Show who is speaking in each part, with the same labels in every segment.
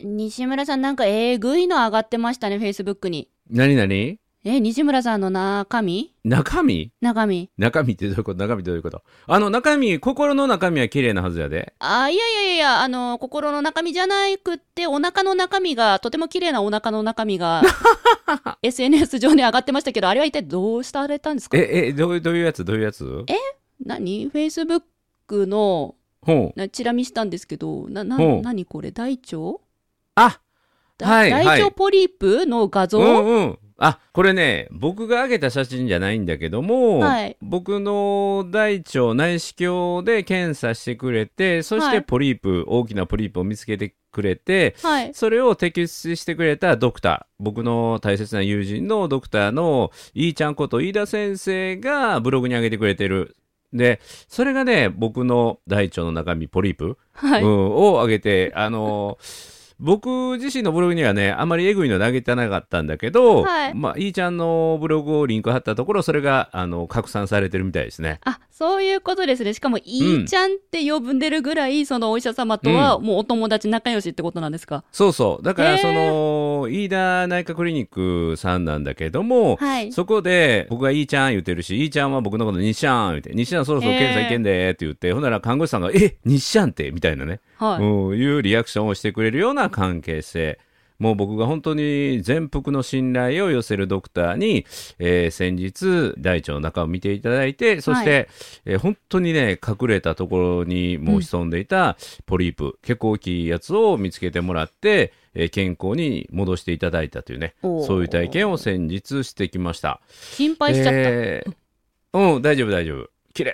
Speaker 1: 西村さんなんかえぐいの上がってましたね、Facebook に。
Speaker 2: 何何
Speaker 1: え、西村さんの中身
Speaker 2: 中身
Speaker 1: 中身。
Speaker 2: 中身ってどういうこと中身ってどういうことあの中身、心の中身は綺麗なはずやで。
Speaker 1: あ、いやいやいやいや、あの、心の中身じゃなくって、お腹の中身が、とても綺麗なお腹の中身 が、SNS 上に上がってましたけど、あれは一体どうされたんですか
Speaker 2: え、え、どういう、どういうやつどういうやつ
Speaker 1: え何 ?Facebook の、
Speaker 2: ほう。
Speaker 1: なチラ見したんですけど、な、な、
Speaker 2: ほう
Speaker 1: 何これ大腸
Speaker 2: あ
Speaker 1: だ
Speaker 2: はいはい
Speaker 1: 大腸ポリープの画像、
Speaker 2: うんうん。あ、これね、僕が上げた写真じゃないんだけども、
Speaker 1: はい
Speaker 2: 僕の大腸内視鏡で検査してくれて、そし
Speaker 1: は
Speaker 2: て
Speaker 1: い
Speaker 2: ポリープ、大きなポリープを見つけてくれて、
Speaker 1: はい。
Speaker 2: それを摘出してくれたドクター、僕の大切な友人のドクターのいいちゃんこと飯田先生がブログに上げてくれてる。で、それがね、僕の大腸の中身、ポリープ、
Speaker 1: はい。
Speaker 2: うん、を上げて、あのー僕自身のブログにはね、あんまりえぐいの投げてなかったんだけど、
Speaker 1: はい
Speaker 2: まあ、いいちゃんのブログをリンク貼ったところ、それが、あの、拡散されてるみたいですね。
Speaker 1: あ、そういうことですね。しかも、いいちゃんって呼んでるぐらい、そのお医者様とは、もうお友達仲良しってことなんですか、
Speaker 2: そうそう。だか
Speaker 1: へ
Speaker 2: ら、
Speaker 1: ー
Speaker 2: その、飯田内科クリニックさんなんだけども、
Speaker 1: はい。
Speaker 2: そこで、僕がいいちゃん言ってるし、いいちゃんは僕のこと西ちゃん言って、西ちゃんそろそろ検査行けんでって言って、ほんなら看護師さんが、え西ちゃんってみたいなね、
Speaker 1: はい。
Speaker 2: うん、いうリアクションをしてくれるような関係性。もう僕が本当に全幅の信頼を寄せるドクターに、えー先日大腸の中を見ていただいてそして、えー本当にね隠れたところにもう潜んでいたポリープ、結構大きいやつを見つけてもらって、えー健康に戻していただいたというね
Speaker 1: おー
Speaker 2: そういう体験を先日してきました。
Speaker 1: 心配しちゃった。
Speaker 2: えーうん、大丈夫大丈夫。綺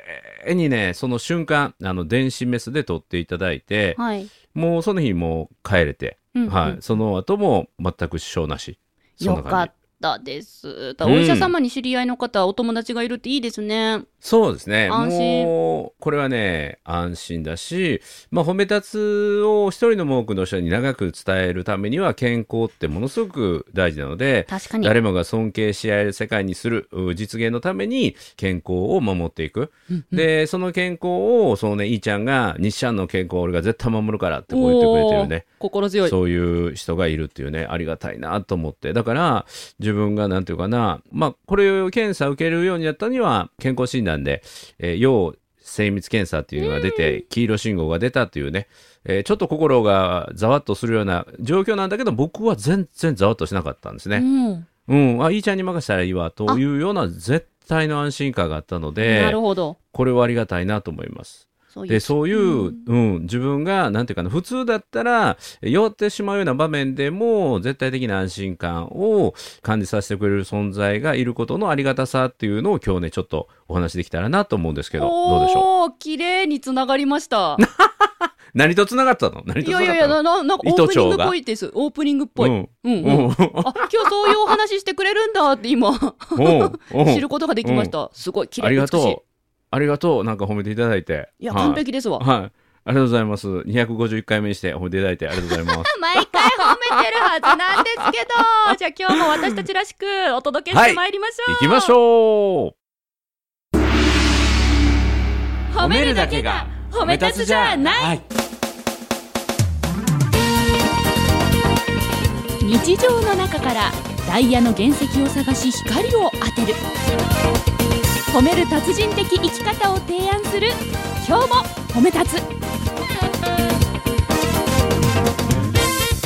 Speaker 2: 麗にね、その瞬間、あの、電子メスで撮っていただいて、
Speaker 1: はい。
Speaker 2: もうその日もう帰れて、
Speaker 1: うんうん
Speaker 2: はい、その後も全く支障なし。そん
Speaker 1: よ
Speaker 2: な感じ
Speaker 1: かったです。だ
Speaker 2: うん
Speaker 1: お医者様に知り合いの方、お友達がいるっていいですね。
Speaker 2: そうですね。
Speaker 1: 安心
Speaker 2: もう、これはね、安心だし、まあ、褒め立つを一人でも多くの人に長く伝えるためには、健康ってものすごく大事なので、
Speaker 1: 確かに。
Speaker 2: 誰もが尊敬し合える世界にするう実現のために健康を守っていく。
Speaker 1: うんうん
Speaker 2: で、その健康を、そのね、いいちゃんが、西ちゃんの健康を俺が絶対守るからってこう言ってくれてるね。
Speaker 1: おー心強い。
Speaker 2: そういう人がいるっていうね、ありがたいなと思って。だから、自分がなんていうかな、まあ、これを検査受けるようになったには、健康診断で、えー要精密検査っていうのが出て、黄色信号が出たっていうね、えーちょっと心がざわっとするような状況なんだけど、僕は全然ざわっとしなかったんです
Speaker 1: う
Speaker 2: ね。
Speaker 1: ん。
Speaker 2: うん、あ、いいちゃんに任せたらいいわ、というような絶対の安心感があったの
Speaker 1: な
Speaker 2: で
Speaker 1: る、ほど。
Speaker 2: これはありがたいなと思います。
Speaker 1: そうい
Speaker 2: で
Speaker 1: う。
Speaker 2: そういう、うん自分がなんていうかな普通だったら酔ってしまうような場面でも絶対的な安心感を感じさせてくれる存在がいることのありがたさっていうのを今日ねちょっとお話できたらなと思うんですけどどうでしょう
Speaker 1: おー、綺麗に繋がりま した。
Speaker 2: 何とつながったの何
Speaker 1: い
Speaker 2: とつな
Speaker 1: や
Speaker 2: が
Speaker 1: いやいや、
Speaker 2: ったの
Speaker 1: な、ななんかオープニングっぽいです。オープニングっぽい。うんうん。
Speaker 2: うん
Speaker 1: あ、今日そういうお話してくれるんだって今、
Speaker 2: うんうん
Speaker 1: 知ることができました。すごい、綺
Speaker 2: あ
Speaker 1: 麗
Speaker 2: り
Speaker 1: に美
Speaker 2: が
Speaker 1: しい。
Speaker 2: とうありがとうなんか褒めていただいて
Speaker 1: いや、
Speaker 2: はい
Speaker 1: 完璧ですわ。
Speaker 2: はい、ありがとうございます251回目にして褒めていただいてありがとうございま す
Speaker 1: 毎回褒めてるはずなんですけ ど、じゃあ今日も私たちらしくお届けしてまいりましょう。
Speaker 2: 行きましょう
Speaker 1: 褒めるだけが褒め立つじゃない。
Speaker 2: はい
Speaker 1: 日常の中からダイヤの原石を探し光を当てる褒める達人的生き方を提案する今日も褒め立つ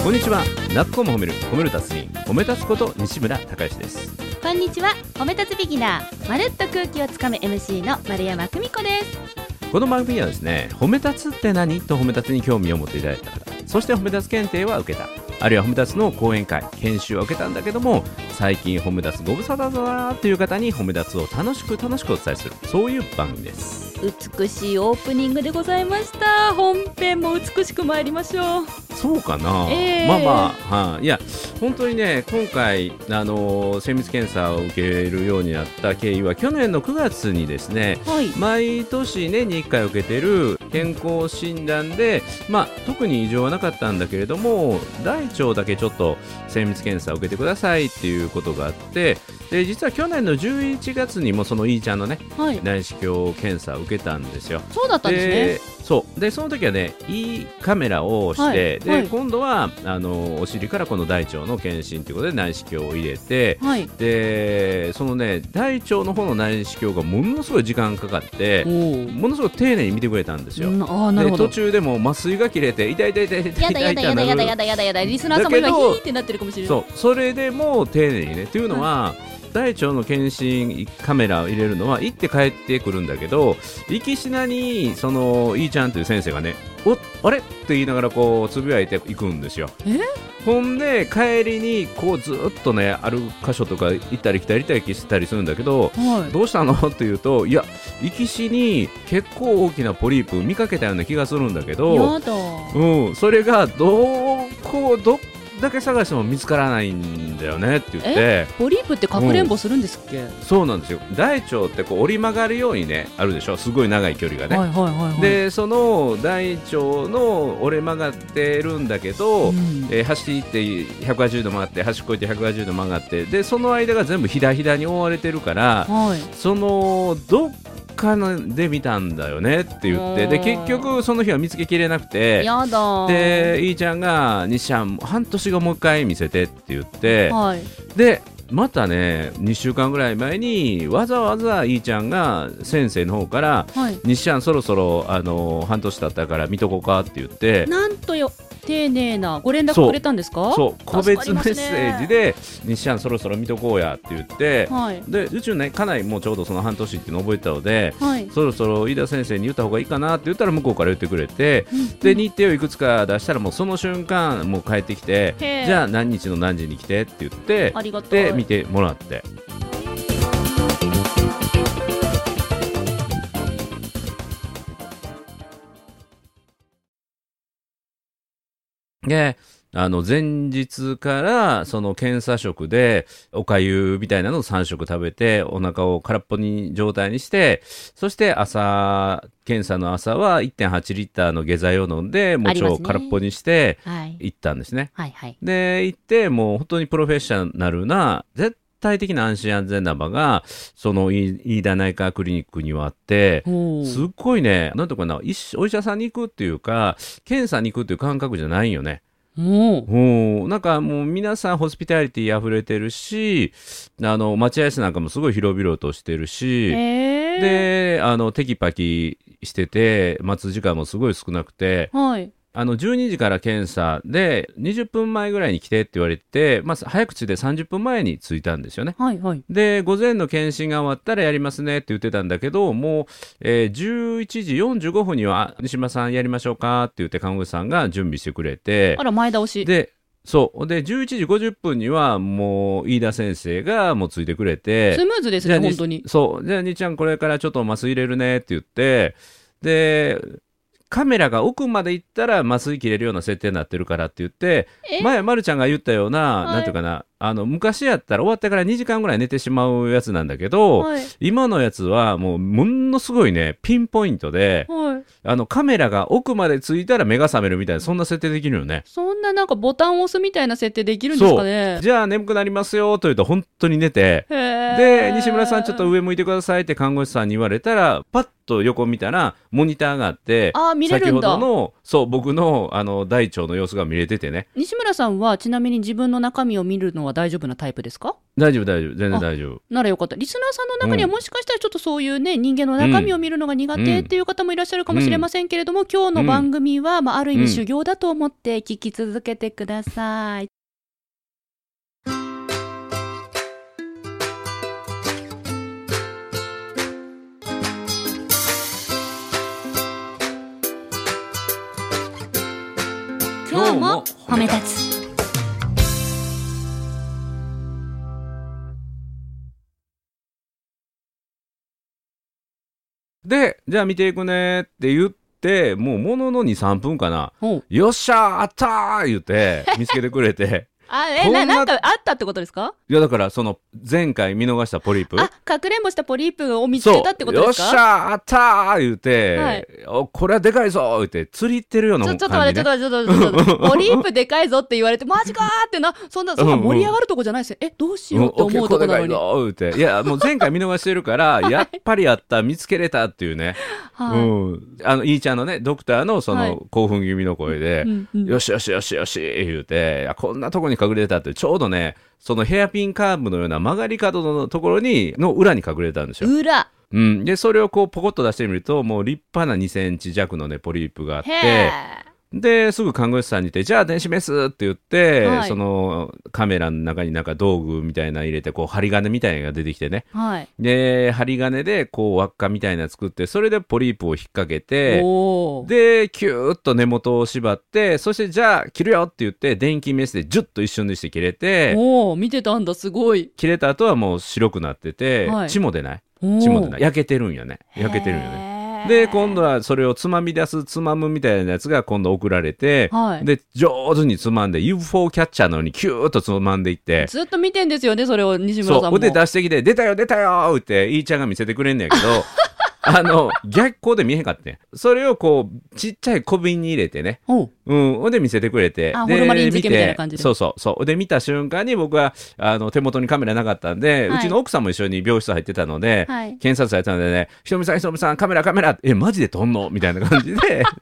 Speaker 2: こんにちは。なっこも褒める、褒める達人、褒め立つこと西村孝之です。
Speaker 1: こんにちは褒め立つビギナーまるっと空気をつかむ MC の丸山久美子です
Speaker 2: この番組はですね、褒め立つって何と褒め立つに興味を持っていただいた方、そして褒め立つ検定は受けた、あるいは褒め立つの講演会、研修は受けたんだけども、最近褒め立つご無沙汰だなーっていう方に褒め立つを楽しく楽しくお伝えする、そういう番組です。
Speaker 1: 美しいオープニングでございました本編も美しく参りましょう
Speaker 2: そうかな、
Speaker 1: ええ
Speaker 2: まあまあ、はい、いや、本当にね、今回、あのー精密検査を受けるようになった経緯は、去年の9月にですね、
Speaker 1: はい
Speaker 2: 毎年年に1回受けてる健康診断で、まあ、特に異常はなかったんだけれども大腸だけちょっと精密検査を受けてくださいっていうことがあってで実は去年の11月にもそのいいちゃんのね
Speaker 1: はい
Speaker 2: 内視鏡検査を受けたんですよ。
Speaker 1: そうだったんですね
Speaker 2: そうでその時はねいいカメラをして、
Speaker 1: はい
Speaker 2: で、
Speaker 1: は
Speaker 2: で
Speaker 1: い
Speaker 2: 今度はあのお尻からこの大腸の検診ということで内視鏡を入れて
Speaker 1: はい
Speaker 2: でそのね大腸の方の内視鏡がものすごい時間かかって
Speaker 1: おー
Speaker 2: ものすごく丁寧に見てくれたんですよ。
Speaker 1: うんああな
Speaker 2: で
Speaker 1: るほ
Speaker 2: 途
Speaker 1: ど
Speaker 2: 中でも麻酔が切れて痛い痛い痛い痛い痛
Speaker 1: や
Speaker 2: い
Speaker 1: だ
Speaker 2: 痛い
Speaker 1: や
Speaker 2: 痛
Speaker 1: だ
Speaker 2: い
Speaker 1: やだやだ
Speaker 2: な
Speaker 1: やだや
Speaker 2: る
Speaker 1: だやだリスナーさんも
Speaker 2: だ
Speaker 1: 今
Speaker 2: け
Speaker 1: ヒ
Speaker 2: ど
Speaker 1: ーってなってるかもしれない
Speaker 2: そうそれでも丁寧にねっていうのは、大腸の検診カメラを入れるのは行って帰ってくるんだけど行きしなにそのいーちゃんという先生がね「おあれ?」って言いながらこうつぶやいていくんですよ
Speaker 1: え。
Speaker 2: ほんで帰りにこうずっとねある箇所とか行ったり来たり行ったり来たりするんだけど
Speaker 1: はい
Speaker 2: どうしたのって言うといや行きしに結構大きなポリープ見かけたような気がするんだけど
Speaker 1: やだ
Speaker 2: うん、それがどうこうどっだけ探しても見つからないんだよねって言って
Speaker 1: ポリープってかくれんぼするんですっけ、
Speaker 2: そうなんですよ大腸ってこう折り曲がるようにねあるでしょすごい長い距離がね、
Speaker 1: はいはいはいはい
Speaker 2: でその大腸の折れ曲がってるんだけど、
Speaker 1: うん
Speaker 2: えー端行って180度曲がって端越えて180度曲がってでその間が全部ひだひだに覆われてるから
Speaker 1: はい
Speaker 2: そのどっかので見たんだよねって言ってで
Speaker 1: うん
Speaker 2: 結局その日は見つけきれなくて
Speaker 1: やだ
Speaker 2: で、いーちゃんが、西ちゃん、半年後もう一回見せてって言って、
Speaker 1: はい、
Speaker 2: で、またね、2週間ぐらい前に、わざわざいーちゃんが先生の方から、
Speaker 1: はい、
Speaker 2: 西ちゃん、そろそろ、あの半年経ったから見とこうかって言って、
Speaker 1: なんとよ丁寧なご連
Speaker 2: そ
Speaker 1: 絡
Speaker 2: う
Speaker 1: くれたんですか
Speaker 2: そう、個別メッセ
Speaker 1: 助
Speaker 2: ー
Speaker 1: かりますね
Speaker 2: ジで、西ちゃん、そろそろ見とこうやって言って、
Speaker 1: はい
Speaker 2: で、うちのね、家内もちょうどその半年っていうの覚えてたので、
Speaker 1: はい
Speaker 2: そろそろ飯田先生に言った方がいいかなって言ったら向こうから言ってくれて、
Speaker 1: うん
Speaker 2: で日程をいくつか出したらもうその瞬間もう帰ってきて
Speaker 1: へえ
Speaker 2: じゃあ何日の何時に来てって言って
Speaker 1: ありがと
Speaker 2: で見
Speaker 1: う
Speaker 2: てもらってであの前日からその検査食でおかゆみたいなのを3食食べてお腹を空っぽに状態にしてそして朝検査の朝は1.8リッターの下剤を飲んでもう腸を空っぽにして
Speaker 1: はい
Speaker 2: 行ったんですね。
Speaker 1: はいはい
Speaker 2: で、行って、もう本当にプロフェッショナルな、絶対的な安心安全な場が、そのい飯田内科クリニックにはあって、
Speaker 1: お
Speaker 2: すっごいね、なんとかな、医師お医者さんに行くっていうか、検査に行くっていう感覚じゃないよね。
Speaker 1: お
Speaker 2: うんなんかもう皆さんホスピタリティ溢れてるし、あの、待合室なんかもすごい広々としてるし、
Speaker 1: えー、
Speaker 2: で、あの、テキパキしてて、待つ時間もすごい少なくて、
Speaker 1: はい
Speaker 2: あの12時から検査で20分前ぐらいに来てって言われて、まあ、早口で30分前に着いたんですよね。
Speaker 1: はいはい
Speaker 2: で午前の検診が終わったらやりますねって言ってたんだけどもう、えー11時45分にはあ「西島さんやりましょうか」って言って看護師さんが準備してくれて
Speaker 1: あら前倒し
Speaker 2: でそうで11時50分にはもう飯田先生がもうついてくれて
Speaker 1: スムーズです
Speaker 2: じゃ
Speaker 1: ね
Speaker 2: あ
Speaker 1: 本当に
Speaker 2: そうじゃあ兄ちゃんこれからちょっと麻酔入れるねって言ってでカメラが奥まで行ったら麻酔切れるような設定になってるからって言って
Speaker 1: え
Speaker 2: 前まるちゃんが言ったような、
Speaker 1: はい
Speaker 2: なんていうかなあの昔やったら終わってから2時間ぐらい寝てしまうやつなんだけど、
Speaker 1: はい
Speaker 2: 今のやつはもうものすごいねピンポイントで
Speaker 1: はい
Speaker 2: あのカメラが奥までついたら目が覚めるみたいなそんな設定できるよね。
Speaker 1: そんななんかボタンを押すみたいな設定できるんですかね
Speaker 2: じゃあ眠くなりますよと言うと本当に寝て
Speaker 1: で
Speaker 2: で西村さんちょっと上向いてくださいって看護師さんに言われたらパッと横見たらモニターがあって
Speaker 1: あー見れる
Speaker 2: 先
Speaker 1: ん
Speaker 2: ほど
Speaker 1: だ
Speaker 2: のそう僕のあの大腸の様子が見れててね
Speaker 1: 西村さんはちなみに自分の中身を見るのは大丈夫なタイプですか
Speaker 2: 大丈夫大丈夫全然
Speaker 1: あ
Speaker 2: 大丈夫
Speaker 1: ならよかったリスナーさんの中には
Speaker 2: うん
Speaker 1: もしかしたらちょっとそういうね人間の中身を見るのが苦手っていう方もいらっしゃるかもしれませんけれども、今日の番組は、まあ、ある意
Speaker 2: うん
Speaker 1: 味修行だと思って聞き続けてください、今日も褒め立つ
Speaker 2: でじゃあ見ていくねって言ってもうものの23分かな
Speaker 1: おう
Speaker 2: よっしゃーあったー言って見つけてくれて
Speaker 1: あ、
Speaker 2: こ
Speaker 1: え、
Speaker 2: んな
Speaker 1: な、なんかあったってことですか
Speaker 2: いやだからその前回見逃したポリープ
Speaker 1: あ、かくれんぼしたポリープを見つけたってことです
Speaker 2: そうよっ
Speaker 1: か
Speaker 2: しゃーあったー言うて、
Speaker 1: はい
Speaker 2: おこれはでかいぞー言うて釣り行ってるような
Speaker 1: ち
Speaker 2: も
Speaker 1: ょ、
Speaker 2: ん
Speaker 1: ちょっと待
Speaker 2: 感
Speaker 1: っ
Speaker 2: じ
Speaker 1: て、
Speaker 2: ね
Speaker 1: ちょっと待って、ちょっと待 って。ポリープでかいぞって言われて、マジかーってな、そんな、そんな盛り上がるとこじゃないですよ。え、どうしようって
Speaker 2: うん
Speaker 1: 思
Speaker 2: お
Speaker 1: うとこ
Speaker 2: 結構で
Speaker 1: な
Speaker 2: か
Speaker 1: の
Speaker 2: い
Speaker 1: に。
Speaker 2: ぞー言うていやもう前回見逃してるから、 やっぱりあった見つけれたっていうね、
Speaker 1: はい。
Speaker 2: うん、あのイーちゃんのねドクターのそ
Speaker 1: はい
Speaker 2: の興奮気味の声で、
Speaker 1: うんうん
Speaker 2: よしよしよしよし言うていやこんなとこに隠れてたってちょうどねそのヘアピンカーブのような曲がり角のところにの裏に隠れてたんですよ。
Speaker 1: 裏。
Speaker 2: うん、でそれをこうポコッと出してみるともう立派な2センチ弱のねポリープがあっ
Speaker 1: へ
Speaker 2: て
Speaker 1: え。
Speaker 2: ですぐ看護師さんに言って「じゃあ電子メス」って言って、
Speaker 1: はい
Speaker 2: そのカメラの中になんか道具みたいなの入れてこう針金みたいなのが出てきてね
Speaker 1: はい。
Speaker 2: で針金でこう輪っかみたいなの作ってそれでポリープを引っ掛けて
Speaker 1: おー。
Speaker 2: でキューッと根元を縛ってそしてじゃあ切るよって言って電気メスでジュッと一瞬にして切れて
Speaker 1: おー、見てたんだ、すごい。
Speaker 2: 切れた後はもう白くなってて、
Speaker 1: はい
Speaker 2: 血も出ない
Speaker 1: おー
Speaker 2: 血も出ない焼けてるんよね焼けてるんよね。
Speaker 1: ね
Speaker 2: で今度はそれをつまみ出すつまむみたいなやつが今度送られて、
Speaker 1: はい
Speaker 2: で上手につまんで UFO キャッチャーのようにキューッとつまんでいって。
Speaker 1: ずっと見てんですよね、それを西村さ
Speaker 2: そ
Speaker 1: ん
Speaker 2: う
Speaker 1: も。
Speaker 2: 腕出してきて「出たよ出たよ!」っていーちゃんが見せてくれんねんけ どあの逆光で見えへんかってんそれをこうちっちゃい小瓶に入れてね
Speaker 1: おう
Speaker 2: うんほんで見せてくれて
Speaker 1: あホルマリン漬けみたいな感じで
Speaker 2: 見てそうそうそうで見た瞬間に僕はあの手元にカメラなかったんで、
Speaker 1: はいう
Speaker 2: ちの奥さんも一緒に病室入ってたので、
Speaker 1: はい
Speaker 2: 検査されたのでね「ひとみさんひとみさんカメラカメラ」えマジで撮んのみたいな感じで。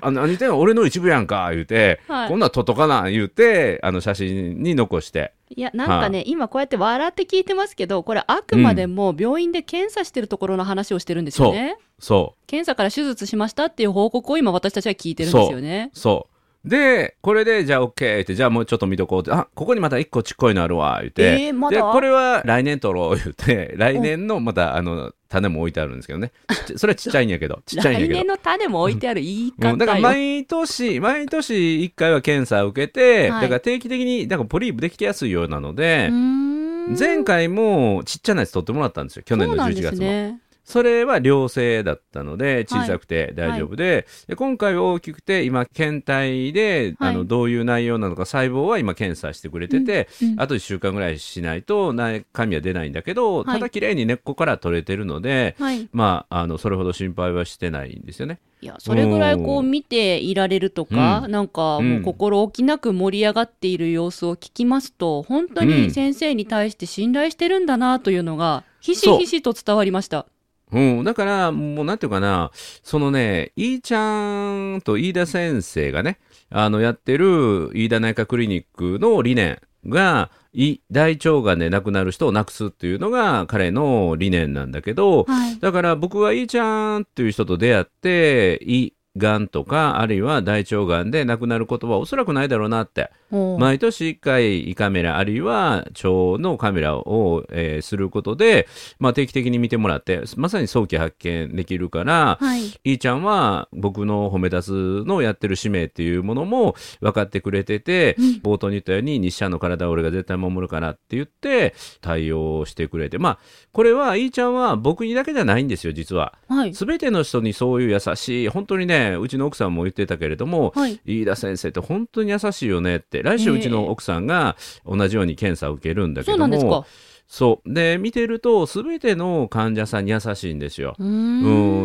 Speaker 2: あ何言ってんの俺の一部やんか言うて、
Speaker 1: はい
Speaker 2: こんなん撮っとかな言うてあの写真に残して
Speaker 1: いや、なんかね、今こうやって笑って聞いてますけど、これあくまでも病院で検査してるところの話をしてるんですよね。
Speaker 2: そう
Speaker 1: 検査から手術しましたっていう報告を今私たちは聞いてるんですよね。
Speaker 2: そう。で、これで、じゃあ OK って、じゃあもうちょっと見とこうって、あここにまた一個ちっこいのあるわ、言って。
Speaker 1: えーまだ
Speaker 2: で、これは来年取ろう、言って、来年のまた、あの、種も置いてあるんですけどね。ちっちゃそれはちっちゃいんやけど、ちっちゃいんや
Speaker 1: 来
Speaker 2: けど
Speaker 1: 年。の種も置いてある言い方よ、
Speaker 2: うんだから毎年、毎年1回は検査を受けて、
Speaker 1: はい
Speaker 2: だから定期的に、だからポリープできてやすいようなの
Speaker 1: う
Speaker 2: で
Speaker 1: ー、ん
Speaker 2: 前回もちっちゃなやつ取ってもらったんですよ、去年の11月も。
Speaker 1: そうなんですね。
Speaker 2: それは良性だったので小さくて大丈夫で,、で今回は大きくて今検体で、
Speaker 1: はい
Speaker 2: あのどういう内容なのか細胞は今検査してくれてて、
Speaker 1: うんうん
Speaker 2: あと1週間ぐらいしないと中身は出ないんだけ
Speaker 1: はい
Speaker 2: ど、ただ綺麗に根っこから取れてるので、
Speaker 1: はい。
Speaker 2: まああのそれほど心配はしてないんですよね。
Speaker 1: いや、それぐらいこう見ていられるとか、
Speaker 2: う
Speaker 1: なんかもう心置きなく盛り上がっている様子を聞きますと、本当
Speaker 2: う
Speaker 1: に
Speaker 2: ん
Speaker 1: 先生に対して信頼してるんだなというのが、ひし
Speaker 2: そう
Speaker 1: ひしと伝わりました。
Speaker 2: うん、だから、もうなんていうかな、そのね、飯ちゃんと飯田先生がね、あの、やってる飯田内科クリニックの理念が、い大腸がんで亡くなる人をなくすっていうのが彼の理念なんだけど、
Speaker 1: はい。
Speaker 2: だから僕は飯ちゃんっていう人と出会って、胃がんとか、あるいは大腸がんで亡くなることはおそらくないだろうなって、
Speaker 1: おう
Speaker 2: 毎年1回胃カメラあるいは腸のカメラを、えーすることで、まあ、定期的に見てもらってまさに早期発見できるから、
Speaker 1: はい。
Speaker 2: いーちゃんは僕の褒め立つのやってる使命っていうものも分かってくれてて、
Speaker 1: うん
Speaker 2: 冒頭に言ったように日射の体を俺が絶対守るからって言って対応してくれてまあこれはいーちゃんは僕にだけじゃないんですよ実は。
Speaker 1: はい。
Speaker 2: 全ての人にそういう優しい本当にねうちの奥さんも言ってたけれども、
Speaker 1: はい。
Speaker 2: 飯田先生って本当に優しいよねって来週うちの奥さんが同じように検査を受けるんだけ
Speaker 1: そうな
Speaker 2: ども
Speaker 1: んですか。
Speaker 2: そうで見てると全ての患者さんに優しいんですよ。
Speaker 1: うー
Speaker 2: う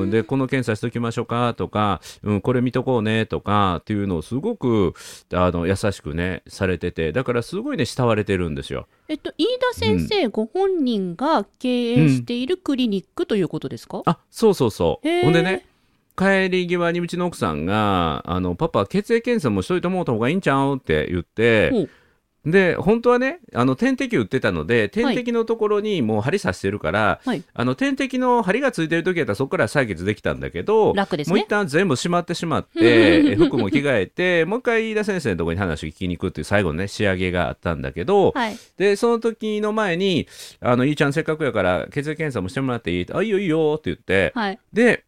Speaker 2: ん
Speaker 1: ん。
Speaker 2: でこの検査しときましょうかとか、うん、これ見とこうねとかっていうのをすごくあの優しくねされててだからすごいね慕われてるんですよ。
Speaker 1: えっと、飯田先生ご本人が経営しているクリニックということですか、
Speaker 2: あそうそうそう
Speaker 1: へー
Speaker 2: ほんでね帰り際にうちの奥さんが「あのパパ血液検査もしといてもうた方がいいんちゃう?」って言って
Speaker 1: ほう
Speaker 2: で本当はねあの点滴打ってたので点滴のところにもう針刺してるから、
Speaker 1: はい
Speaker 2: あの点滴の針がついてる時やったらそこから採血できたんだけど
Speaker 1: 楽です
Speaker 2: もう
Speaker 1: ね
Speaker 2: 一。旦全部しまってしまってえ服も着替えて もう一回飯田先生のところに話を聞きに行くっていう最後のね仕上げがあったんだけど、
Speaker 1: はい。
Speaker 2: でその時の前に「あのいいちゃんせっかくやから血液検査もしてもらっていい?」って「あいいよいいよ」って言って
Speaker 1: はい。
Speaker 2: で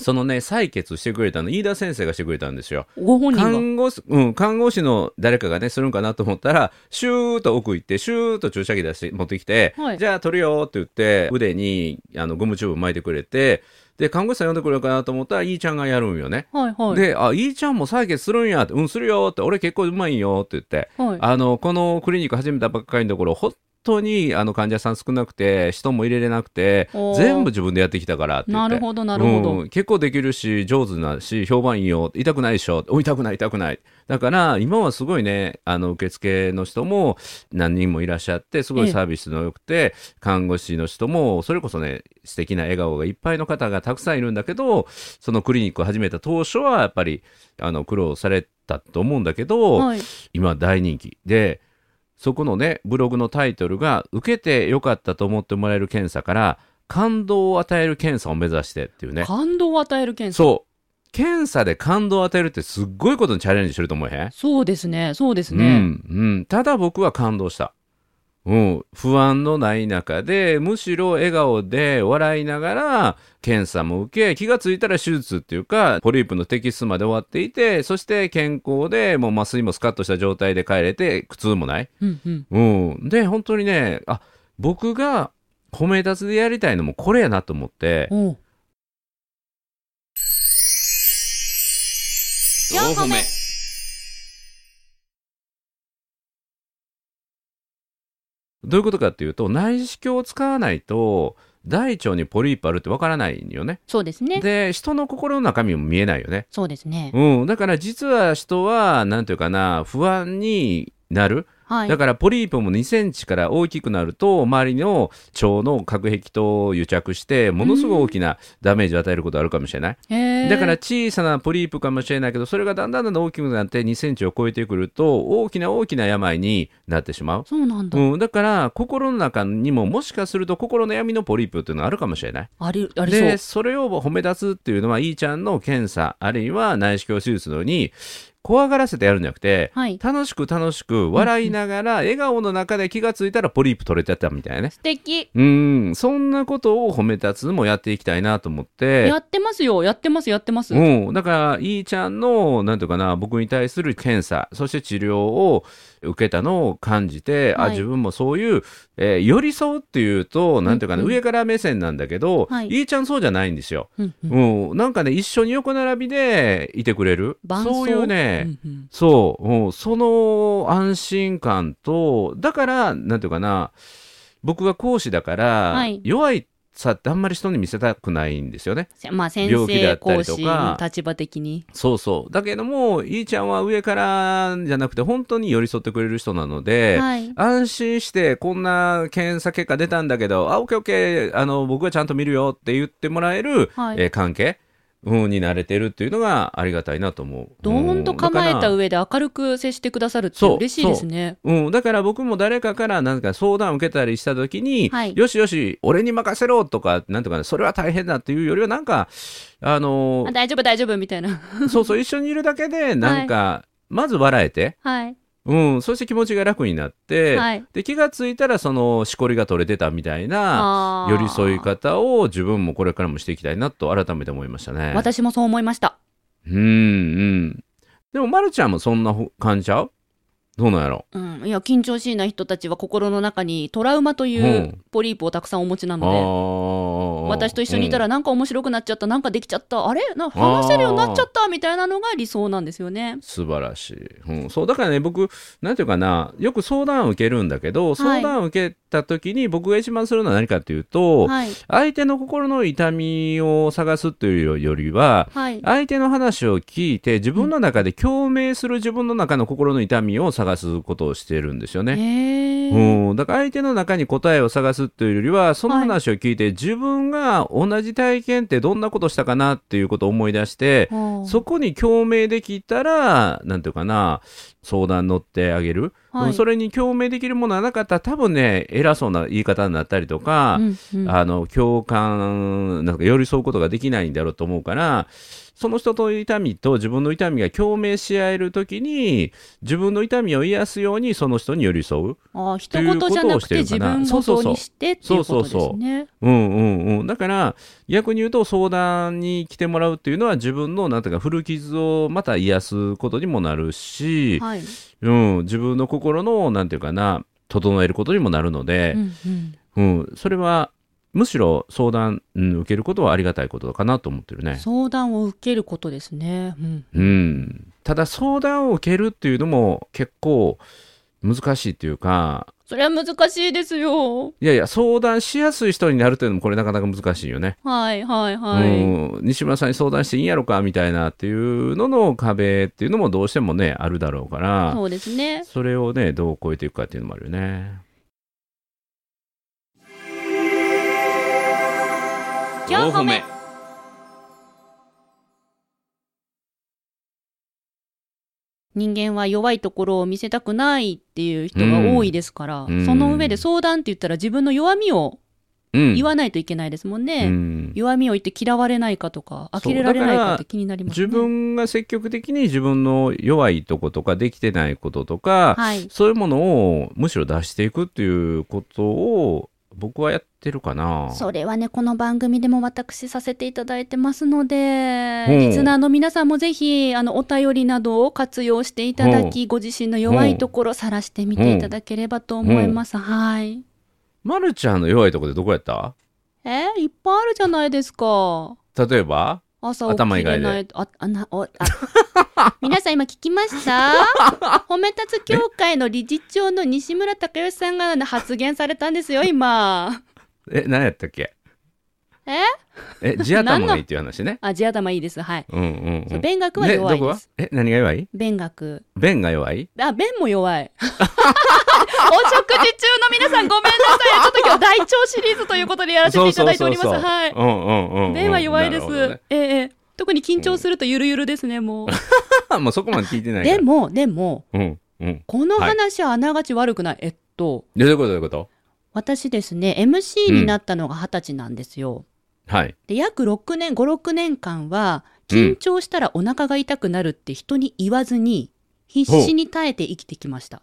Speaker 2: そのね採血してくれたの飯田先生がしてくれたんですよ。
Speaker 3: ご本人が
Speaker 2: 看護師、うん、看護師の誰かがねするんかなと思ったらシューッと奥行ってシューッと注射器出して持ってきて、
Speaker 3: はい
Speaker 2: じゃあ取るよって言って腕にあのゴムチューブ巻いてくれてで看護師さん呼んでくれるかなと思ったらいいちゃんがやるんよね。
Speaker 3: はいはい
Speaker 2: で「あいいちゃんも採血するんや」って「うんするよ」って「俺結構うまいんよ」って言って、
Speaker 3: はい
Speaker 2: あのこのクリニック始めたばっかりのところ本当にあの患者さん少なくて人も入れれなくて
Speaker 3: おー
Speaker 2: 全部自分でやってきたからって言
Speaker 3: な
Speaker 2: って
Speaker 3: るほどなるほど、
Speaker 2: うん結構できるし上手なし評判いいよ痛くないでしょお痛くない痛くないだから今はすごいねあの受付の人も何人もいらっしゃってすご
Speaker 3: え
Speaker 2: い
Speaker 3: え
Speaker 2: サービスの良くて、看護師の人もそれこそね素敵な笑顔がいっぱいの方がたくさんいるんだけどそのクリニックを始めた当初はやっぱりあの苦労されたと思うんだけど、
Speaker 3: はい
Speaker 2: 今大人気でそこのねブログのタイトルが「受けてよかったと思ってもらえる検査から感動を与える検査を目指して」っていうね
Speaker 3: 感動を与える検査
Speaker 2: そう検査で感動を与えるってすっごいことにチャレンジしてると思えへん
Speaker 3: そうですねそうです
Speaker 2: う
Speaker 3: ね、
Speaker 2: んうん、ただ僕は感動した、うん、不安のない中でむしろ笑顔で笑いながら検査も受け気がついたら手術っていうかポリープの摘出まで終わっていてそして健康でもう麻酔もスカッとした状態で帰れて苦痛もない、
Speaker 3: うんうん
Speaker 2: うん、で本当にねあ僕が褒め立つでやりたいのもこれやなと思って
Speaker 3: おう
Speaker 2: 4
Speaker 3: 個目
Speaker 2: どういうことかっていうと内視鏡を使わないと大腸にポリープあるってわからないんよね。
Speaker 3: そうですね
Speaker 2: で人の心の中身も見えないよね。
Speaker 3: そうですね、
Speaker 2: うん、だから実は人は何ていうかな不安になる
Speaker 3: はい
Speaker 2: だからポリープも2センチから大きくなると周りの腸の隔壁と癒着してものすごい大きなダメージを与えることあるかもしれない。
Speaker 3: へー
Speaker 2: だから小さなポリープかもしれないけどそれがだんだんだんだん大きくなって2センチを超えてくると大きな大きな病になってしまう。
Speaker 3: そうなんだ、
Speaker 2: うん、だから心の中にももしかすると心の闇のポリープっていうのがあるかもしれない。
Speaker 3: ありありそう
Speaker 2: でそれを褒め立つっていうのはいいちゃんの検査あるいは内視鏡手術のように怖がらせてやるんじゃなくて
Speaker 3: はい
Speaker 2: 楽しく楽しく笑いながら笑顔の中で気がついたらポリープ取れてたみたいなね。
Speaker 3: 素敵
Speaker 2: うんそんなことを褒め立つのもやっていきたいなと思って
Speaker 3: やってますよやってますやってます、
Speaker 2: うん、だから、いいちゃんの、なんていうかな、僕に対する検査、そして治療を受けたのを感じて、
Speaker 3: は
Speaker 2: あ、
Speaker 3: い
Speaker 2: 自分もそういう、えー寄り添うっていうと、なんていうかな、
Speaker 3: うんうん
Speaker 2: 上から目線なんだけど、
Speaker 3: はい
Speaker 2: い、いちゃんそうじゃないんですよ。
Speaker 3: うんうん
Speaker 2: うん、なんかね、一緒に横並びでいてくれる。
Speaker 3: 伴奏
Speaker 2: そういうね、
Speaker 3: うんうん
Speaker 2: そう、うん、その安心感と、だから、なんていうかな、僕が講師だから、
Speaker 3: はい
Speaker 2: 弱いさってあんまり人に見せたくないんですよね。
Speaker 3: せまあ先
Speaker 2: 病気
Speaker 3: 生
Speaker 2: だった
Speaker 3: 講
Speaker 2: りと
Speaker 3: 師
Speaker 2: か
Speaker 3: の立場的に
Speaker 2: そうそう。だけども、いいちゃんは上からじゃなくて、本当に寄り添ってくれる人なので、
Speaker 3: はい
Speaker 2: 安心して、こんな検査結果出たんだけど、あ、オッケーオッケー、あの、僕はちゃんと見るよって言ってもらえる、
Speaker 3: はい
Speaker 2: えー関係、うん、になれてるっていうのがありがたいなと思う。
Speaker 3: どーんと構えた
Speaker 2: うんだから
Speaker 3: 上で明るく接してくださるって
Speaker 2: そう
Speaker 3: 嬉しいですね
Speaker 2: うん、だから僕も誰かからなんか相談を受けたりした時に、
Speaker 3: はい
Speaker 2: よしよし、俺に任せろとか、なんとかね、それは大変だっていうよりは、なんか、あの
Speaker 3: あ大丈夫大丈夫みたいな
Speaker 2: そうそう、一緒にいるだけで、なんか、まず笑えて、
Speaker 3: はい
Speaker 2: うん、そして気持ちが楽になって、
Speaker 3: はい
Speaker 2: で気がついたらそのしこりが取れてたみたいな
Speaker 3: あー
Speaker 2: 寄り添い方を自分もこれからもしていきたいなと改めて思いましたね。
Speaker 3: 私もそう思いました
Speaker 2: うんうん。でも、ま、るちゃんもそんなほ感じちゃうどうなんやろ
Speaker 3: うん、いや緊張しいな人たちは心の中にトラウマといううんポリープをたくさんお持ちな
Speaker 2: あ
Speaker 3: ので、
Speaker 2: ー
Speaker 3: 私と一緒にいたら
Speaker 2: うん
Speaker 3: なんか面白くなっちゃったなんかできちゃったあれな話せるようになっちゃったみたいなのが理想なんですよね。
Speaker 2: 素晴らしい、うん、そうだからね僕なんていうかなよく相談を受けるんだけど相談を受けた時に僕が一番するのは何かっていうと、
Speaker 3: はい、
Speaker 2: 相手の心の痛みを探すというよりは、
Speaker 3: はい、
Speaker 2: 相手の話を聞いて自分の中で共鳴する自分の中の心の痛みを探すことをしてるんですよね。
Speaker 3: へー
Speaker 2: うん、だから相手の中に答えを探すというよりはその話を聞いて、自分が同じ体験ってどんなことしたかなっていうことを思い出して、
Speaker 3: はあ
Speaker 2: そこに共鳴できたら何ていうかな相談乗ってあげる、
Speaker 3: は
Speaker 2: う
Speaker 3: い
Speaker 2: んそれに共鳴できるものはなかったら多分ね偉そうな言い方になったりとか、
Speaker 3: うんうん
Speaker 2: あの共感なんか寄り添うことができないんだろうと思うからその人と痛みと自分の痛みが共鳴し合えるときに自分の痛みを癒すようにその人に寄り添う。
Speaker 1: ああ一言じゃなくて
Speaker 2: とい
Speaker 1: 自
Speaker 2: うことをしてるかな
Speaker 1: 分
Speaker 2: そう
Speaker 1: ご
Speaker 2: そう
Speaker 1: と
Speaker 2: そう
Speaker 1: にしてっていうことですね。
Speaker 2: そうそううんうんうん、だから逆に言うと相談に来てもらうっていうのは自分のなんていうか古傷をまた癒すことにもなるし、
Speaker 1: はい。
Speaker 2: うん、自分の心のなんていうかな整えることにもなるので
Speaker 1: う、んうん
Speaker 2: うんそれはむしろ相談、うん、受けることはありがたいことかなと思ってるね。
Speaker 1: 相談を受けることですね。うん
Speaker 2: うん、ただ相談を受けるっていうのも結構難しいっていうか
Speaker 1: それは難しいですよ。
Speaker 2: いやいや相談しやすい人になるっていうのもこれなかなか難しいよね。
Speaker 1: はいはいはい。
Speaker 2: うん、西村さんに相談していいんやろかみたいなっていうのの壁っていうのもどうしてもねあるだろうから
Speaker 1: そうですね。
Speaker 2: それをねどう超えていくかっていうのもあるよね。
Speaker 3: 4歩目
Speaker 1: 人間は弱いところを見せたくないっていう人が多いですから、
Speaker 2: うん
Speaker 1: その上で相談って言ったら自分の弱みを
Speaker 2: うん、
Speaker 1: 言わないといけないですもんね。
Speaker 2: うん
Speaker 1: 弱みを言って嫌われないかとか、
Speaker 2: そ
Speaker 1: 呆
Speaker 2: う
Speaker 1: れられない
Speaker 2: だか
Speaker 1: からって気になりますね。
Speaker 2: 自分が積極的に自分の弱いとことかできてないこととか、
Speaker 1: はい。
Speaker 2: そういうものをむしろ出していくっていうことを僕はやってるかな。
Speaker 1: それはね、この番組でも私させていただいてますので、
Speaker 2: うん
Speaker 1: リスナーの皆さんもぜひ、あの、お便りなどを活用していただき、ご自身の弱いところさらしてみていただければと思います。はい。
Speaker 2: ま、るちゃんの弱いとこでどこやった
Speaker 1: えいっぱいあるじゃないですか。
Speaker 2: 例えば
Speaker 1: 朝起きれ
Speaker 2: 頭
Speaker 1: ない
Speaker 2: 以外で
Speaker 1: ああなおあ 皆さん今聞きました褒め立つ協会の理事長の西村隆義さんが発言されたんですよ今
Speaker 2: え何やったっけ
Speaker 1: え
Speaker 2: え地頭がいいっていう話ね。
Speaker 1: あ地頭いいですはい、
Speaker 2: うんうんう、
Speaker 1: そうん弁学は弱い
Speaker 2: ね、どこ
Speaker 1: で
Speaker 2: は
Speaker 1: す、
Speaker 2: え何が弱い
Speaker 1: 弁学
Speaker 2: 弁が弱い
Speaker 1: あ弁も弱い お食事中の皆さんごめんなさ いちょっと今日大腸シリーズということでやらせていただいております
Speaker 2: そうそうそうそう
Speaker 1: はい
Speaker 2: うんうんうんうん
Speaker 1: 弁は弱いです、
Speaker 2: なるほどね
Speaker 1: ええええ特に緊張するとゆるゆるですね もう
Speaker 2: もうそこまで聞いてないから
Speaker 1: でもでも
Speaker 2: うんうん
Speaker 1: この話はあながち悪くない、えっと
Speaker 2: でどういうことどういうこと
Speaker 1: 私ですね MC になったのが二十歳なんですよ、
Speaker 2: はい
Speaker 1: で約6年56年間は緊張したらお腹が痛くなるって人に言わずに必死に耐えて生きてきました、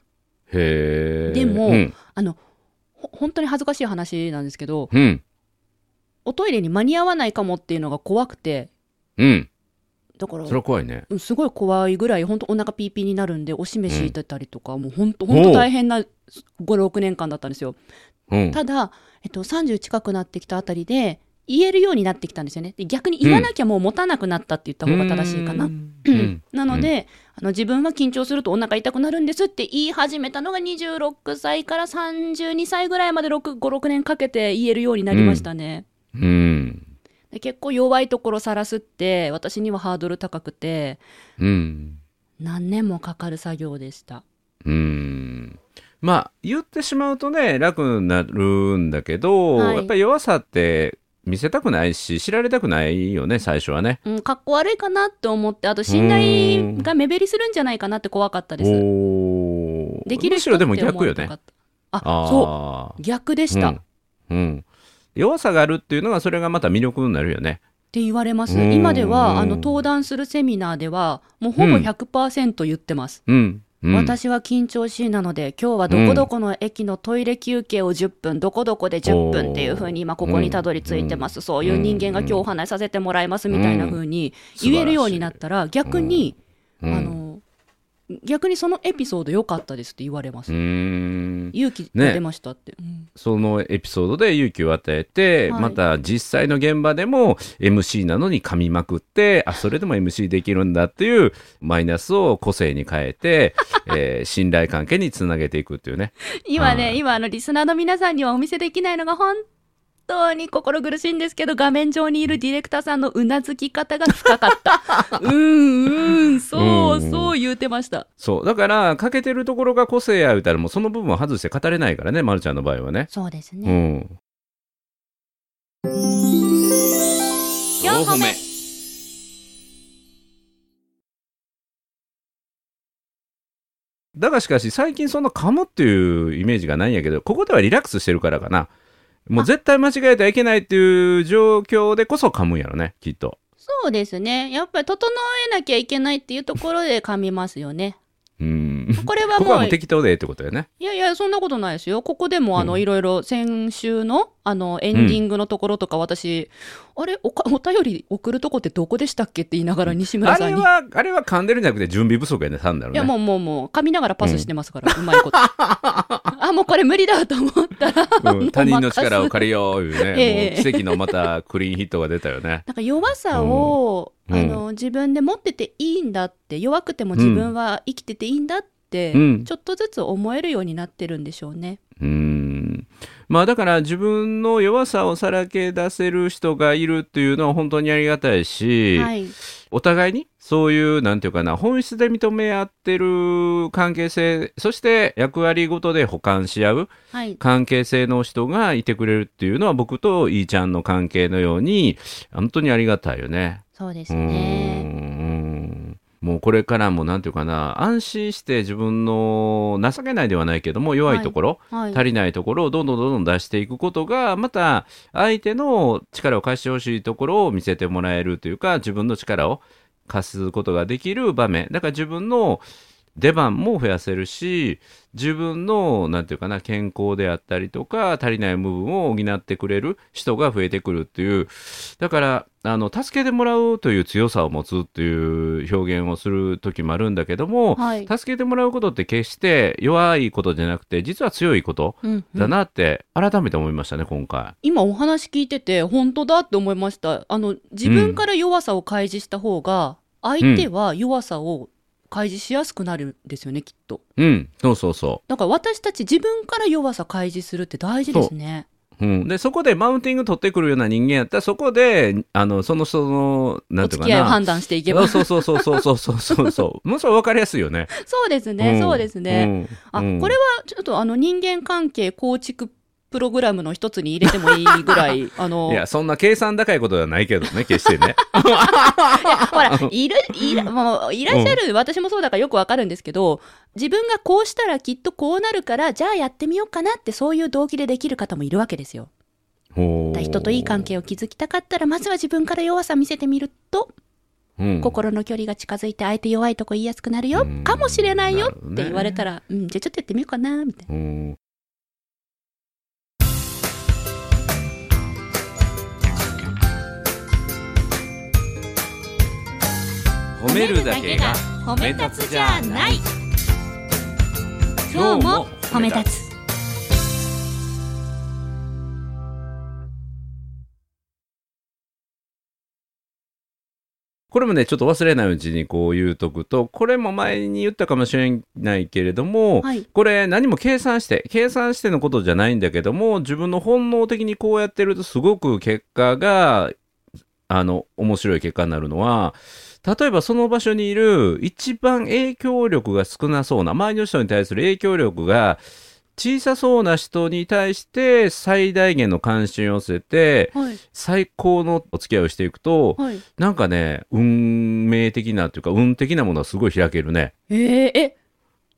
Speaker 2: へえ
Speaker 1: でも
Speaker 2: うん
Speaker 1: あのほ本当に恥ずかしい話なんですけど
Speaker 2: うん
Speaker 1: おトイレに間に合わないかもっていうのが怖くて
Speaker 2: うん
Speaker 1: だから
Speaker 2: それは怖いね
Speaker 1: うんすごい怖いぐらい本当お腹ピーピーになるんでおしめしいてたりとか、もう本当本当大変な56年間だったんですよ
Speaker 2: うん
Speaker 1: ただ、えっと、30近くなってきたあたりで言えるようになってきたんですよねで逆に言わなきゃもう持たなくなったって言った方が正しいかな、
Speaker 2: うんうん
Speaker 1: なので、あの自分は緊張するとお腹痛くなるんですって言い始めたのが26歳から32歳ぐらいまで56年かけて言えるようになりましたね、
Speaker 2: うん
Speaker 1: で結構弱いところさらすって私にはハードル高くて
Speaker 2: うん
Speaker 1: 何年もかかる作業でした
Speaker 2: うんまあ言ってしまうとね楽になるんだけど、
Speaker 1: はい
Speaker 2: やっぱり弱さって見せたくないし知られたくないよね最初はね
Speaker 1: うん、かっこ悪いかなって思ってあと信頼が目減りするんじゃないかなって怖かったです
Speaker 2: おー
Speaker 1: できる
Speaker 2: むし
Speaker 1: 人
Speaker 2: ろ
Speaker 1: って
Speaker 2: でも
Speaker 1: 思わな
Speaker 2: 逆よ
Speaker 1: か
Speaker 2: ね
Speaker 1: った。あ、
Speaker 2: あ
Speaker 1: そ
Speaker 2: あ
Speaker 1: う。逆でした。
Speaker 2: う
Speaker 1: っ
Speaker 2: んうん弱さがあるっていうのがそれがまた魅力になるよね。
Speaker 1: て言われます。
Speaker 2: うん
Speaker 1: 今では、あの、登壇するセミナーでは、もうほぼ
Speaker 2: うん
Speaker 1: 100%言ってます。
Speaker 2: うん、うん、
Speaker 1: 私は緊張しいなので、今日はどこどこの駅のトイレ休憩を10分、どこどこで10分っていうふうに今ここにたどり着いてます。そういう人間が今日お話しさせてもらいますみたいなふうに
Speaker 2: うん
Speaker 1: 言えるようになったら、逆に、
Speaker 2: うん
Speaker 1: あの、逆にそのエピソード良かったですって言われま
Speaker 2: う
Speaker 1: す。
Speaker 2: ーん
Speaker 1: 勇気が出ましたって。うん
Speaker 2: そのエピソードで勇気を与えて、
Speaker 1: はい
Speaker 2: また実際の現場でも MC なのに噛みまくってあそれでも MC できるんだっていうマイナスを個性に変えて、 えー信頼関係につなげていくっていうね。
Speaker 1: 今ね、
Speaker 2: はい
Speaker 1: 今あのリスナーの皆さんにはお見せできないのが本当に心苦しいんですけど画面上にいるディレクターさんのうなずき方が深かった うーんうーんそう
Speaker 2: うん
Speaker 1: そう言うてました
Speaker 2: そうだから欠けてるところが個性や言うたらもうその部分を外して語れないからね、ま、るちゃんの場合はね。
Speaker 1: そうです
Speaker 2: う
Speaker 1: ね、
Speaker 2: ん、
Speaker 3: 4歩目
Speaker 2: だがしかし最近そんな噛むっていうイメージがないんやけどここではリラックスしてるからかなもう絶対間違えてはいけないっていう状況でこそ噛むんやろねきっと
Speaker 1: そうですね。やっぱり整えなきゃいけないっていうところで噛みますよね。
Speaker 2: うん。
Speaker 1: これは
Speaker 2: ここは
Speaker 1: も
Speaker 2: も
Speaker 1: う、
Speaker 2: う
Speaker 1: い
Speaker 2: 適当でってことよね。
Speaker 1: やいや、そんなことないですよ。ここでも、あ
Speaker 2: う
Speaker 1: の、
Speaker 2: ん
Speaker 1: いろいろ、先週の、あの、エンディングのところとか、私、あれおか、お便り送るとこってどこでしたっけって言いながら、西村
Speaker 2: あ
Speaker 1: さん
Speaker 2: れ
Speaker 1: に。
Speaker 2: は、あれは噛んでるんじゃなくて準備不足やね、単なる
Speaker 1: い
Speaker 2: ね。
Speaker 1: や、もう、もう、もう、噛みながらパスしてます から、うまいこと。あ、もうこれ無理だと思ったら、
Speaker 2: うん
Speaker 1: もう
Speaker 2: 他人の力を借 りよう、いうね。
Speaker 1: え
Speaker 2: も
Speaker 1: え
Speaker 2: う奇跡のまたクリーンヒットが出たよね。
Speaker 1: なんか弱さを、
Speaker 2: うん
Speaker 1: あの自分で持ってていいんだって弱くても自分は生きてていいんだって、
Speaker 2: うん
Speaker 1: ちょっとずつ思えるようになってるんでしょうね。
Speaker 2: うん。まあだから自分の弱さをさらけ出せる人がいるっていうのは本当にありがたいし、
Speaker 1: はい、
Speaker 2: お互いにそういうなんていうかな本質で認め合ってる関係性そして役割ごとで補完し合う
Speaker 1: はい、
Speaker 2: 関係性の人がいてくれるっていうのは僕といーちゃんの関係のように本当にありがたいよね。
Speaker 1: そうですね。
Speaker 2: うんもうこれからもなんていうかな安心して自分の情けないではないけども弱いところ、
Speaker 1: はい、
Speaker 2: 足りないところをどんどんどんどん出していくことがまた相手の力を貸してほしいところを見せてもらえるというか自分の力を貸すことができる場面だから自分の出番も増やせるし自分のなんていうかな健康であったりとか足りない部分を補ってくれる人が増えてくるっていうだからあの助けてもらうという強さを持つっていう表現をする時もあるんだけども、
Speaker 1: はい
Speaker 2: 助けてもらうことって決して弱いことじゃなくて実は強いこと
Speaker 1: うんうん
Speaker 2: だなって改めて思いましたね今回。
Speaker 1: 今お話聞いてて本当だって思いました。あの自分から弱さを開示した方が、相手は弱さを開示しやすくなるんですよね、きっと。
Speaker 2: うん、そうそうそ
Speaker 1: だから私たち自分から弱さ開示するって大事ですね。
Speaker 2: う、うん、でそこでマウンティング取ってくるような人間やったらそこであのその人のな
Speaker 1: お
Speaker 2: んていう
Speaker 1: 付
Speaker 2: か
Speaker 1: き合いを
Speaker 2: な
Speaker 1: 判断していけば
Speaker 2: そうそうそうそうそうそうそうそう そうもうそれ分かりやすいよね。
Speaker 1: そうですね、
Speaker 2: ん
Speaker 1: そうですね。、
Speaker 2: う
Speaker 1: あ、
Speaker 2: んうん
Speaker 1: これはちょっとあの人間関係構築プログラムの一つに入れてもいいぐら い、あの
Speaker 2: い、やそんな計算高いことではないけどね決して ね。
Speaker 1: ほら、いる、いら、もう、いらっしゃる、私もそうだからよくわかるんですけど、自分がこうしたらきっとこうなるから、じゃあやってみようかなって、そういう動機でできる方もいるわけですよ。だ
Speaker 2: ほう
Speaker 1: から人といい関係を築きたかったら、まずは自分から弱さ見せてみると、
Speaker 2: うん
Speaker 1: 心の距離が近づいて相手弱いとこ言いやすくなるよ
Speaker 2: うん、
Speaker 1: かもしれないよっ
Speaker 2: なるほどね
Speaker 1: て言われたら、うん、じゃあちょっとやってみようかな、みたいな。
Speaker 2: うん褒めるだけが
Speaker 3: 褒
Speaker 2: め立つじゃない今日も褒め立
Speaker 3: つ
Speaker 2: これもねちょっと忘れないうちにこう言うとくとこれも前に言ったかもしれないけれども、
Speaker 1: はい。
Speaker 2: これ何も計算して計算してのことじゃないんだけども自分の本能的にこうやってるとすごく結果があの面白い結果になるのは例えばその場所にいる一番影響力が少なそうな周りの人に対する影響力が小さそうな人に対して最大限の関心を寄せて
Speaker 1: はい。
Speaker 2: 最高のお付き合いをしていくと
Speaker 1: はい。
Speaker 2: なんかね運命的なというか運的なものはすごい開けるね。
Speaker 1: えー、え、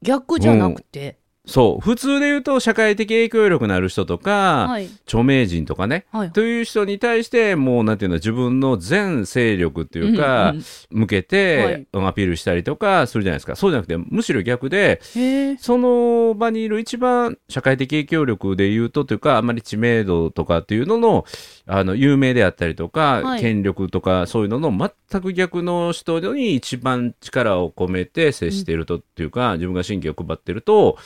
Speaker 1: 逆じゃなくて、
Speaker 2: そう普通で言うと社会的影響力のある人とか、
Speaker 1: はい。
Speaker 2: 著名人とかね
Speaker 1: はい。
Speaker 2: という人に対してもうなんていうの自分の全勢力っていうか、
Speaker 1: んん
Speaker 2: 向けてアピールしたりとかするじゃないですかそうじゃなくてむしろ逆で
Speaker 1: へえ。
Speaker 2: その場にいる一番社会的影響力で言うとというかあまり知名度とかっていうののあの有名であったりとか、
Speaker 1: はい
Speaker 2: 権力とかそういうのの全く逆の人に一番力を込めて接していると、っていうか自分が神経を配ってると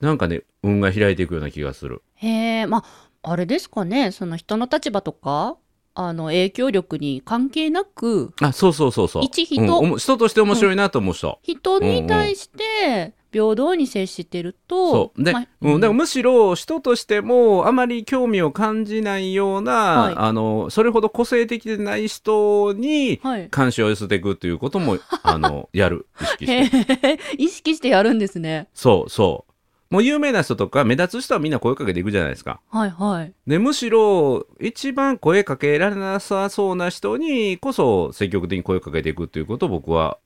Speaker 2: なんかね運が開いていくような気がする。
Speaker 1: へえ、まあ、あれですかね、その人の立場とか、あの、影響力に関係なく、
Speaker 2: あそうそうそうそう。
Speaker 1: 一人
Speaker 2: うんおも人として面白いなと思う人。
Speaker 1: 人に対して平等に接してると
Speaker 2: そ、うで、
Speaker 1: まあ
Speaker 2: うん、だから
Speaker 1: うん
Speaker 2: むしろ人としてもあまり興味を感じないような、
Speaker 1: はい
Speaker 2: あのそれほど個性的でない人に
Speaker 1: はい。
Speaker 2: 関心を寄せていくということ もあのやる意識して
Speaker 1: へえ、 意識してやるんですね。
Speaker 2: そうそうもう有名な人とか目立つ人はみんな声かけていくじゃないですか
Speaker 1: はいはい。
Speaker 2: でむしろ一番声かけられなさそうな人にこそ積極的に声かけていくということを僕は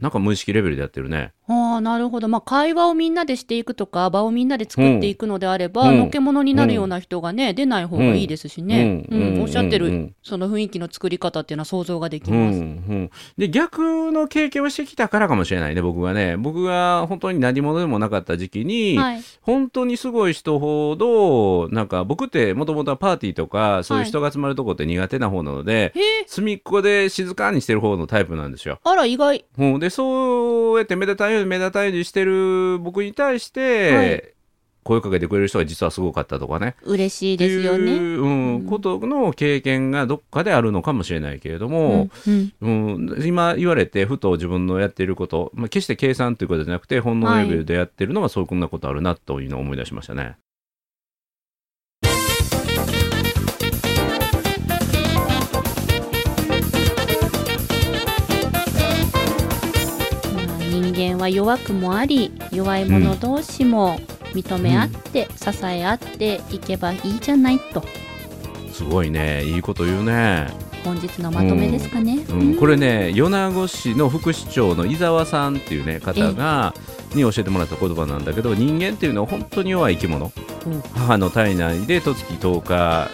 Speaker 2: なんか無意識レベルでやってるね。
Speaker 1: ああ、なるほど。まあ、会話をみんなでしていくとか、場をみんなで作っていくのであれば、
Speaker 2: うん
Speaker 1: のけものになるような人がね、出ない方がいいですしね。
Speaker 2: う
Speaker 1: うんん、
Speaker 2: うん
Speaker 1: おっしゃってる、
Speaker 2: うん
Speaker 1: その雰囲気の作り方っていうのは想像ができ
Speaker 2: うんう
Speaker 1: ます。
Speaker 2: ん、で逆の経験をしてきたからかもしれないね僕がね僕が本当に何者でもなかった時期に、
Speaker 1: はい。
Speaker 2: 本当にすごい人ほどなんか僕ってもともとはパーティーとかそういう
Speaker 1: はい
Speaker 2: 人が集まるとこって苦手な方なの
Speaker 1: へ
Speaker 2: で、
Speaker 1: え、
Speaker 2: 隅っこで静かにしてる方のタイプなんですよ。
Speaker 1: あら、意外。
Speaker 2: うん、でそうやって目立たないように目立たないようにしてる僕に対して、
Speaker 1: はい
Speaker 2: 声かけてくれる人が実はすごかったとかね。
Speaker 1: 嬉しい
Speaker 2: っ
Speaker 1: で
Speaker 2: て
Speaker 1: す
Speaker 2: い
Speaker 1: よ
Speaker 2: う、
Speaker 1: ね。
Speaker 2: うん
Speaker 1: うん
Speaker 2: ことの経験がどっかであるのかもしれないけれども、
Speaker 1: うんうん
Speaker 2: うん今言われてふと自分のやっていること、まあ、決して計算ということじゃなくて本能レベルでやってるのがそうこんなことあるなというのを思い出しましたね。
Speaker 1: まあ人間は弱くもあり弱い者同士も認め合って、支え合っていけばいいじゃないと
Speaker 2: すごいねいいこと言うね、
Speaker 1: 本日のまとめですかね、
Speaker 2: うんこれね米子市の副市長の伊沢さんっていうね方がに教えてもらった言葉なんだけど人間っていうのは本当に弱い生き物、
Speaker 1: うん
Speaker 2: 母の体内で十月10日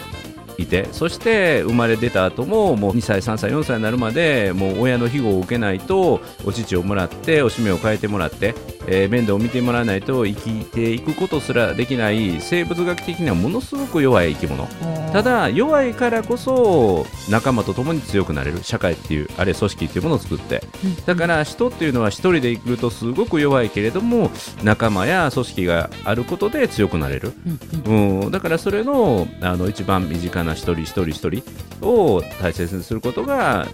Speaker 2: いてそして生まれ出た後ももう2歳3歳4歳になるまでもう親の庇護を受けないとお乳をもらっておしめを変えてもらって、えー面倒を見てもらわないと生きていくことすらできない生物学的にはものすごく弱い生き物ただ弱いからこそ仲間と共に強くなれる社会っていうあれ組織っていうものを作って
Speaker 1: うん
Speaker 2: だから人っていうのは一人でいるとすごく弱いけれども仲間や組織があることで強くなれる、
Speaker 1: うんうん
Speaker 2: うん、だからそれのあの一番身近な一人一人一人を大切にすることが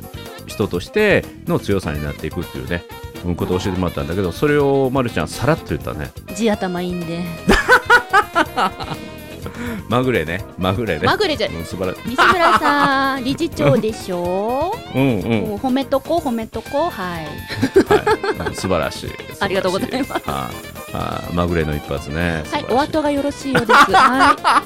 Speaker 2: 人としての強さになっていくっていうねうんことを教えてもらったんだけどそれをまるちゃんさらっと言ったね
Speaker 1: 地頭いいんで
Speaker 2: まぐれねまぐれね
Speaker 1: まぐれじゃ
Speaker 2: うん素晴らし
Speaker 1: 西
Speaker 2: い
Speaker 1: 村さ ん理事長でしょ
Speaker 2: うんうん
Speaker 1: もう褒めとこ褒めとこはい
Speaker 2: はいうん、素晴らしい。
Speaker 1: ありがとうございます
Speaker 2: 素晴らしい。はいあーまぐれの一発ね。素晴
Speaker 1: は
Speaker 2: ら
Speaker 1: い
Speaker 2: しい
Speaker 1: お後がよろしいようですは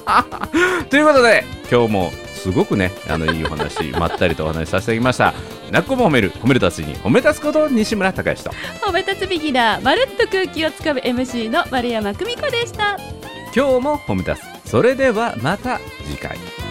Speaker 2: ということで、今日もすごくね、あのいいお話、まったりとお話しさせていただきました。なっこも褒める、褒める達人、褒め立つこと西村孝之と。
Speaker 1: い 褒め立つビギナーまるっと空気をつかむ MC の丸山久美子でした
Speaker 2: 今日も褒め立つ。それではまた次回。